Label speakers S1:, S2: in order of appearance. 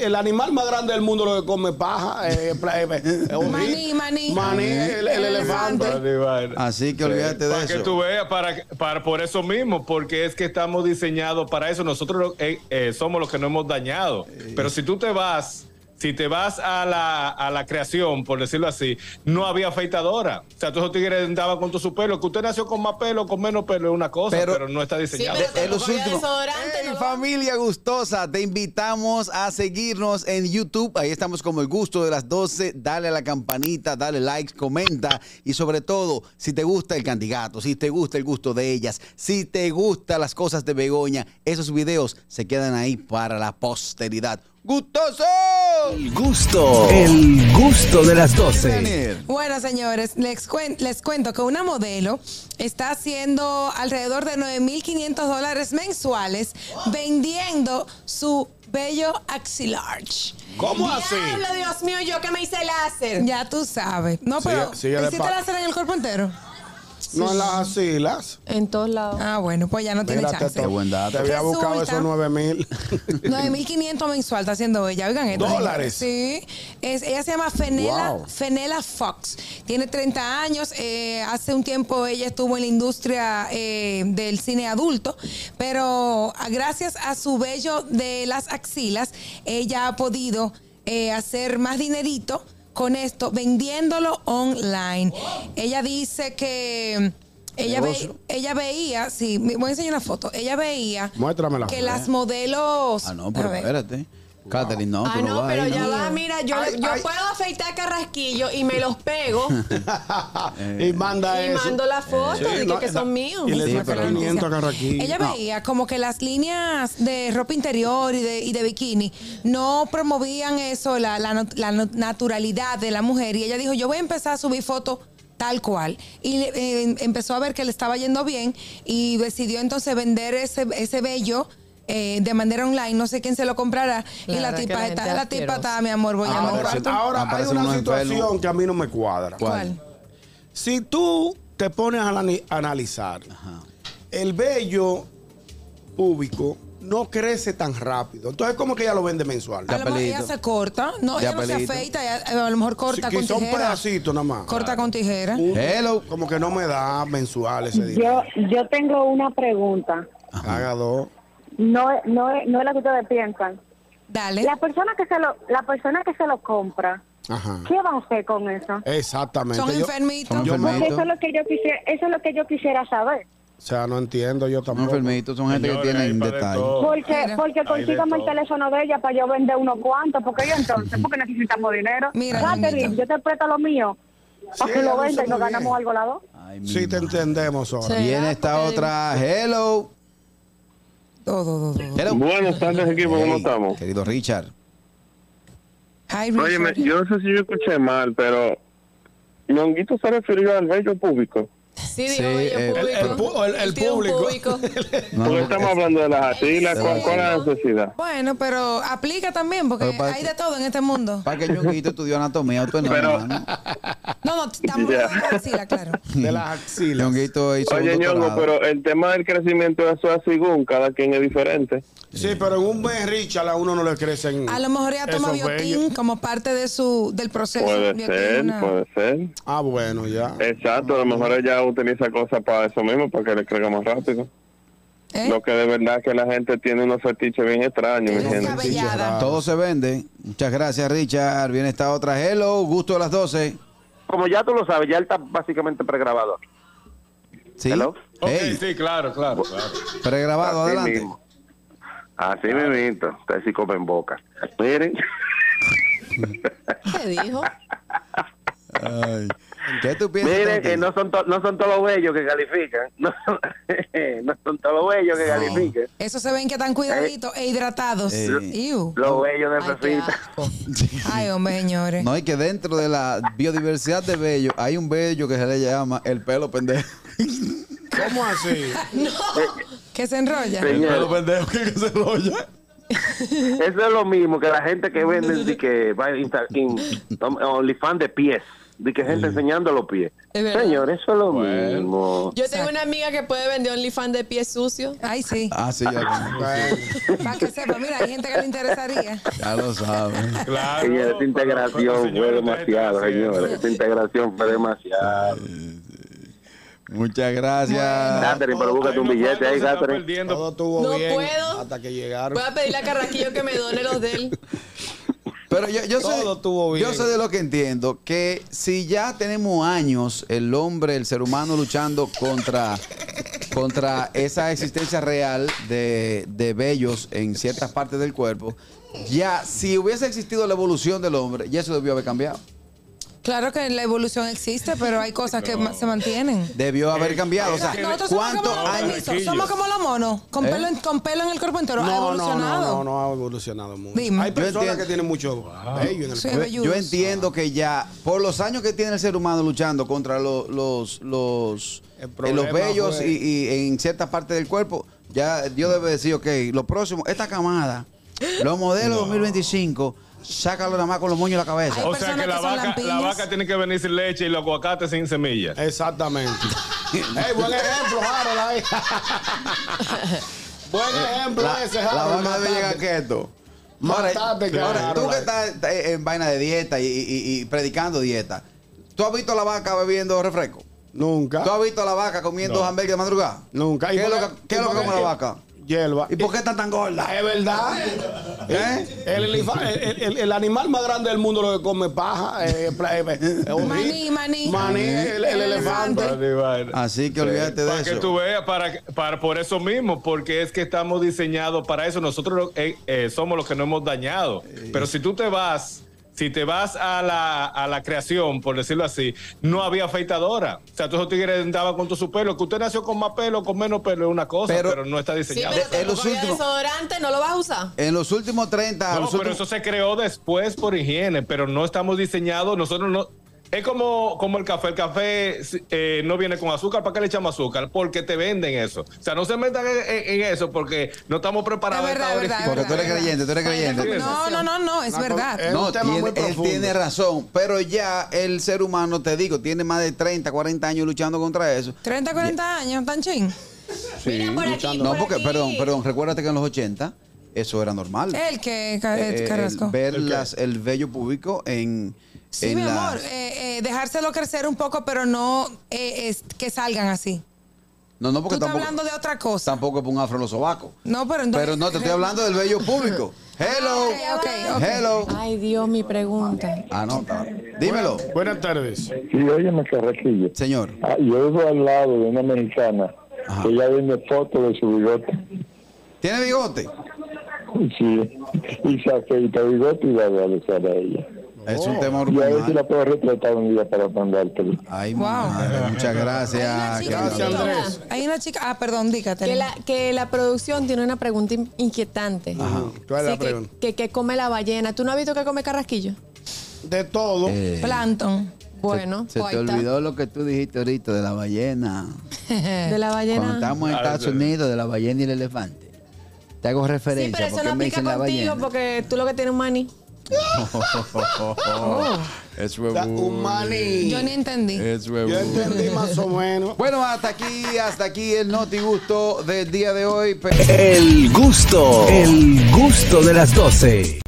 S1: El animal más grande del mundo lo que come paja. eh, pla- eh, eh, ojito.
S2: Maní, maní.
S1: Maní, el, el elefante.
S3: Así que olvídate de
S4: Para que
S3: eso.
S4: tú veas, para, para, por eso mismo, porque es que estamos diseñados para eso. Nosotros eh, eh, somos los que nos hemos dañado. Pero si tú te vas, si te vas a la, a la creación, por decirlo así, no había afeitadora. O sea, todos esos tigres andaban con todo su pelo. Que usted nació con más pelo, con menos pelo, es una cosa,
S3: Pero-
S4: pero, no está diseñado.
S2: pero
S4: para
S3: En los
S2: Como había
S3: últimos.
S2: desodorante,
S3: Hey,
S2: ¿no?
S3: familia gustosa, te invitamos a seguirnos en YouTube. Ahí estamos como el gusto de las 12. Dale a la campanita, dale like, comenta. Y sobre todo, si te gusta el candidato, si te gusta el gusto de ellas, si te gustan las cosas de Begoña, esos videos se quedan ahí para la posteridad. ¡Gustoso!
S5: El gusto, el gusto de las 12.
S3: Daniel.
S2: Bueno, señores, les, cuen- les cuento que una modelo está haciendo alrededor de 9.500 dólares mensuales vendiendo su bello axilar.
S1: ¿Cómo así?
S6: Diablo, Dios mío, yo que me hice láser.
S2: Ya tú sabes. No,
S1: Sigue-
S2: pero
S1: sigue de
S2: ¿te hiciste
S1: pa-
S2: láser en el cuerpo entero?
S1: No en las asilas.
S6: En todos lados.
S2: Ah, bueno, pues ya no tiene
S1: Mírate
S2: chance.
S1: tú.
S3: buen dato.
S1: Te había buscado
S2: Resulta-
S1: esos 9 mil.
S2: 9.500 mensual está haciendo ella. Oigan esto.
S1: ¿Dólares?
S2: Sí. Es, ella se llama Fenela,
S1: Wow.
S2: Fenela Fox. Tiene 30 años. eh, hace un tiempo ella estuvo en la industria eh, del cine adulto, pero ah, gracias a su vello de las axilas, ella ha podido eh, hacer más dinerito con esto, vendiéndolo online. Ella dice que... mm, Ella, ve-
S1: Negocio.
S2: ella veía, sí, me- voy a enseñar una foto. Ella veía
S1: Muéstramela.
S2: que las modelos.
S3: Ah, no,
S2: A
S3: pero
S2: ver.
S3: espérate. Catherine, no,
S6: ah,
S3: tú no,
S6: no,
S3: vas
S6: pero
S3: ahí,
S6: ya
S3: ¿no?
S6: va, mira, yo,
S1: Ay,
S6: yo
S1: ay.
S6: puedo afeitar carrasquillo y me los pego
S1: y manda
S6: y
S1: eso.
S6: mando la foto
S1: Sí,
S6: de
S1: no,
S6: que
S1: no.
S6: son míos.
S1: Y le
S3: Sí,
S1: saca
S3: pero no.
S1: 500 a Carraquillo.
S2: Ella
S3: No.
S2: veía como que las líneas de ropa interior y de, y de bikini no promovían eso, la, la nat- la nat- naturalidad de la mujer. Y ella dijo, yo voy a empezar a subir fotos tal cual. Y eh, empezó a ver que le estaba yendo bien y decidió entonces vender ese, ese bello. eh, de manera online, no sé quién se lo comprará. y
S6: Claro,
S2: la
S6: que
S2: tipa
S6: la
S2: está,
S6: gente
S2: la tipa
S6: asquerosa.
S2: está, mi amor, voy a
S3: Ahora
S2: llamar a un
S3: se-
S2: cuarto.
S1: Ahora hay
S3: Aparece
S1: una
S3: uno enfermo.
S1: situación que a mí no me cuadra.
S2: ¿Cuál?
S1: Si tú te pones a anali- analizar, el vello público no crece tan rápido. Entonces, ¿cómo que ella lo vende mensual?
S2: A lo mejor ella
S3: pelito.
S2: se corta, no,
S3: Ya
S2: ella no se
S3: pelito.
S2: afeita, ella, a lo mejor corta
S1: Sí,
S2: con
S1: quizá un
S2: tijera.
S1: pedacito nada más.
S2: Corta con tijera.
S1: Un-
S3: Hello.
S1: Como que no me da mensual ese
S7: Yo,
S1: dinero.
S7: yo tengo una pregunta.
S1: Haga dos.
S7: No, es- no, es- no es la que ustedes piensan.
S2: Dale.
S7: La persona que se lo, la persona que se lo compra,
S1: Ajá.
S7: ¿qué va a hacer con eso?
S1: Exactamente.
S2: Son
S1: Yo-
S2: enfermitos.
S3: Son
S1: Yo me-
S7: Porque
S3: enfermitos.
S7: eso es lo que yo quisiera, eso es lo que yo quisiera saber.
S1: o sea, no entiendo yo
S3: Son
S1: tampoco.
S3: enfermitos, son gente que
S4: Señores,
S3: tiene
S4: hay
S3: en
S4: para de
S3: detalle.
S4: todo.
S7: Porque,
S2: Mira.
S7: porque consígame el
S4: todo.
S7: teléfono de ella para yo vender unos cuantos, porque yo entonces, porque necesitamos dinero.
S2: Mira,
S7: Catherine,
S2: niñito.
S7: yo te presto lo mío, para
S1: Sí,
S7: que
S1: ella
S7: lo
S1: lo hizo
S7: vendas y nos
S1: muy
S7: ganamos
S1: bien.
S7: algo la dos.
S3: Ay, mi
S1: Sí, te
S3: madre.
S1: entendemos ahora.
S3: Viene esta otra. Hello.
S2: Do, do, do, do.
S3: Hello.
S8: Buenas tardes, equipo, ¿cómo
S3: Hey,
S8: estamos?
S3: Querido Richard.
S2: Ay,
S8: Óyeme,
S2: Richard.
S8: yo no sé si yo escuché mal, pero Ñonguito se refirió al bello público.
S6: Sí,
S3: Sí,
S6: digo, oye,
S3: eh,
S6: público.
S1: el pu- el- el
S6: tiene un
S1: público.
S8: Porque
S3: No, no, eh,
S8: estamos hablando de las atilas, ¿cuál, cuál es la necesidad?
S2: Bueno, pero aplica también porque
S3: Pero para-
S2: hay de todo en este mundo.
S3: Para que Ñonguito estudió anatomía, tú no,
S8: Pero-
S3: hermano.
S2: No, no, estamos
S8: Ya.
S2: hablando de axila, claro.
S1: De las axilas.
S3: Ñonguito hizo un
S8: Oye, Ñongo,
S3: doctorado.
S8: pero el tema del crecimiento, eso es según, cada quien es diferente.
S1: Sí, pero en un mes, Richard, a uno no le crecen.
S2: A lo mejor ella toma
S1: esos vellos.
S2: biotín como parte de su del proceso.
S8: Puede
S2: Biotin,
S8: ser,
S2: una-
S8: puede ser.
S1: Ah, bueno, ya.
S8: Exacto, a lo mejor ella utiliza cosas para eso mismo, para que le crezca más rápido.
S2: ¿Eh?
S8: Lo que de verdad es que la gente tiene unos fetiches bien extraños,
S3: ¿Eh?
S8: ¿me
S2: Tiene
S8: entiendes?
S2: descabellada.
S3: Todo se vende. Muchas gracias, Richard. Viene esta otra. Hello. Gusto a las 12.
S9: Como ya tú lo sabes, ya él está básicamente pregrabado.
S3: Sí.
S9: Hello.
S4: Ok,
S3: Hey,
S4: sí, claro, claro, claro.
S3: Pregrabado,
S9: Así
S3: adelante.
S9: mismo. Así mismito. Ustedes sí comen boca. Miren,
S6: ¿Qué dijo?
S3: Ay. ¿Qué tú piensas?
S9: miren
S3: Tonti?
S9: que no son, to- no son todos los bellos que califican. No, son- no son todos los bellos que califican.
S2: Eso se ven que están cuidaditos e hidratados.
S3: Eh.
S2: Iu.
S9: Los bellos
S6: Ay, qué
S9: necesitan.
S6: asco.
S2: Ay, hombre, señores.
S3: No, y que dentro de la biodiversidad de bello hay un bello que se le llama el pelo pendejo.
S1: ¿Cómo así?
S2: Que se enrolla.
S9: Sí. Señor.
S3: pendejo que se enrolla.
S9: Eso es lo mismo que la gente que vende y que va a Insta- in- OnlyFans de pies. de que gente enseñando los pies.
S6: Es verdad.
S9: Señor, eso es lo
S4: Bueno.
S9: mismo.
S6: Yo tengo una amiga que puede vender OnlyFans de pies sucios.
S2: Ay, sí.
S3: Ah, sí, ya,
S2: Para que sepa, mira, hay gente que le interesaría.
S3: ya lo sabes.
S4: Claro.
S9: Señor, esta
S4: pero-
S9: integración
S4: pero,
S9: fue
S4: señores,
S9: demasiado,
S4: ustedes están
S9: señores. Esta integración fue demasiado.
S3: Muchas gracias.
S9: Catherine, pero
S1: todo-
S9: búscate
S4: haciendo-
S9: un
S4: Ay, no,
S9: billete ahí,
S4: se está
S9: Catherine.
S4: perdiendo.
S1: Todo estuvo
S6: No
S1: bien
S6: puedo.
S1: hasta que llegaron.
S6: Voy a pedirle a Carraquillo que me done los de él.
S3: Pero yo, yo, sé,
S1: Todo estuvo bien.
S3: yo sé de lo que entiendo, que si ya tenemos años el hombre, el ser humano luchando contra, contra esa existencia real de, de vellos en ciertas partes del cuerpo, ya si hubiese existido la evolución del hombre, ya eso debió haber cambiado.
S2: Claro que la evolución existe, pero hay cosas que ma- se mantienen.
S3: Debió haber cambiado. O sea,
S4: No,
S2: Nosotros somos como,
S3: ¿cuántos
S2: los
S3: años?
S2: permiso, somos como los monos, con,
S3: ¿Eh?
S2: pelo en, con pelo en el cuerpo entero. ha
S1: No, no,
S2: evolucionado.
S1: no, no, no ha evolucionado mucho.
S2: Dime.
S1: Hay
S2: Yo
S1: personas
S3: entiendo.
S1: que tienen mucho bello en el
S2: Sí.
S1: cuerpo.
S3: Yo, yo entiendo que ya, por los años que tiene el ser humano luchando contra lo- los los
S1: El
S3: eh, los
S1: problema
S3: vellos
S1: fue-
S3: y, y en ciertas partes del cuerpo, ya Dios debe decir, ok, lo próximo, esta camada, los modelos 2025, sácalo nada más con los moños en la cabeza.
S2: Ay.
S4: O sea
S2: personas
S4: que
S2: que
S4: la
S2: son
S4: vaca, la
S2: lampiñas.
S4: vaca tiene que venir sin leche y los aguacates sin semillas.
S1: Exactamente. Ey, buen ejemplo, Harold. ahí. buen ejemplo
S3: Eh, La,
S1: ese,
S3: la
S1: Harold.
S3: vaca debe
S1: mataste.
S3: llegar quieto. Ahora,
S1: Matate, que
S3: ahora, tú
S1: Harold,
S3: que
S1: ahí.
S3: estás eh, en vaina de dieta y, y- y predicando dieta, ¿tú has visto a la vaca bebiendo refresco?
S1: Nunca.
S3: ¿Tú has visto a la vaca comiendo
S4: No.
S3: hamburguesas de madrugada?
S1: Nunca. ¿Y
S3: ¿Qué es
S1: por
S3: lo que, qué es
S1: y
S3: lo que
S1: por
S3: come la vaca?
S1: Hierba.
S3: ¿Y por qué está tan gorda?
S1: Es verdad.
S3: ¿Eh?
S1: El, elifa- el- el- el animal más grande del mundo lo que come paja. eh, pla- eh, eh, eh,
S2: Maní, maní.
S1: Maní, el, el elefante. Ah,
S4: Vale, vale.
S3: Así que olvídate de
S4: Para que
S3: eso.
S4: tú veas, para, que- para, por eso mismo, porque es que estamos diseñados para eso. Nosotros eh, eh, somos los que nos hemos dañado. Pero si tú te vas, si te vas a la, a la creación, por decirlo así, no había afeitadora. O sea, todos esos tigres andaban con todo su pelo. Que usted nació con más pelo, con menos pelo, es una cosa,
S3: Pero-
S4: pero, no está
S6: Sí,
S4: diseñado.
S6: pero
S3: De- en los
S6: tampoco había
S3: últimos-
S6: desodorante, no lo vas a usar.
S3: En los últimos 30,
S4: No,
S3: los
S4: pero
S3: últimos-
S4: eso se creó después por higiene, pero no estamos diseñados, nosotros no... Es como, como el café, el café si- eh, no viene con azúcar, ¿para qué le echamos azúcar? Porque te venden eso. O sea, no se metan en, en- en eso porque no estamos preparados.
S2: Es verdad,
S4: a esta
S2: es
S4: hora
S3: porque
S4: y-
S3: tú eres
S2: verdad.
S3: creyente, tú eres creyente. eh,
S2: No, no, no, no, es
S1: Una
S2: verdad.
S1: cosa- Es
S3: No,
S1: un tema muy
S3: tiene- él
S1: profundo.
S3: tiene razón, pero ya el ser humano, te digo, tiene más de 30, 40 años luchando contra eso.
S2: 30, 40 años, tan ching.
S6: Mira, por aquí,
S3: No,
S6: por
S3: porque,
S6: aquí.
S3: perdón, perdón, recuérdate que en los 80 eso era normal.
S2: El que,
S3: Eh, el
S2: Carrasco.
S3: ver las- el vello público en,
S2: Sí,
S3: en
S2: mi
S3: las-
S2: amor, eh, eh, dejárselo crecer un poco, pero no eh, es que salgan así.
S3: No, no,
S2: Tú
S3: porque
S2: estás
S3: tampoco,
S2: hablando de otra cosa.
S3: tampoco es un afro en los sobacos.
S2: No, pero entonces-
S3: Pero no, te estoy hablando del vello público. Hello. Ah,
S2: Ok, ok, ok.
S3: Hello.
S6: Ay, Dios, mi pregunta.
S3: Anota. Dímelo,
S1: Buenas tardes.
S9: Ah.
S10: Sí, óyeme, Carraquillo.
S3: señor.
S10: Ah, yo vivo al lado de una mexicana
S3: Ajá.
S10: que ella vende fotos de su bigote.
S3: ¿Tiene bigote?
S10: Sí, y se afeita el bigote y la voy a besar a ella.
S3: Es un tema
S10: Y a ver si
S3: urbano.
S10: la puedo retratar un día para mandártelo.
S3: Ay,
S2: Wow.
S3: madre, muchas
S2: Hay una
S3: gracias.
S2: chica en
S1: Gracias,
S2: TikTok.
S1: Andrés.
S2: Hay una chica. Ah, perdón, dígate.
S6: Que la, que la producción tiene una pregunta in- inquietante.
S1: Ah, ¿Cuál es
S6: Sí,
S1: la pregunta?
S6: que, que, que come la ballena. ¿Tú no has visto que come carrasquillo?
S1: De todo.
S3: Eh,
S2: Plankton.
S6: Bueno,
S3: se
S6: pues
S3: te
S6: ahí está.
S3: olvidó lo que tú dijiste ahorita de la ballena.
S6: De la
S3: Cuando
S6: ballena.
S3: estamos en
S4: Ah,
S3: Estados
S4: sí.
S3: Unidos, de la ballena y el elefante. Te hago
S6: Sí, pero
S3: referencia
S6: eso
S3: porque
S6: no
S3: me
S6: aplica
S3: dicen la
S6: contigo
S3: ballena.
S6: porque tú lo que tienes es un maní.
S3: Es
S1: Da un maní.
S2: Yo ni entendí.
S1: Yo entendí más o menos.
S3: Bueno, hasta aquí, hasta aquí el noti gusto del día de hoy. pero-
S5: El gusto, el gusto de las 12.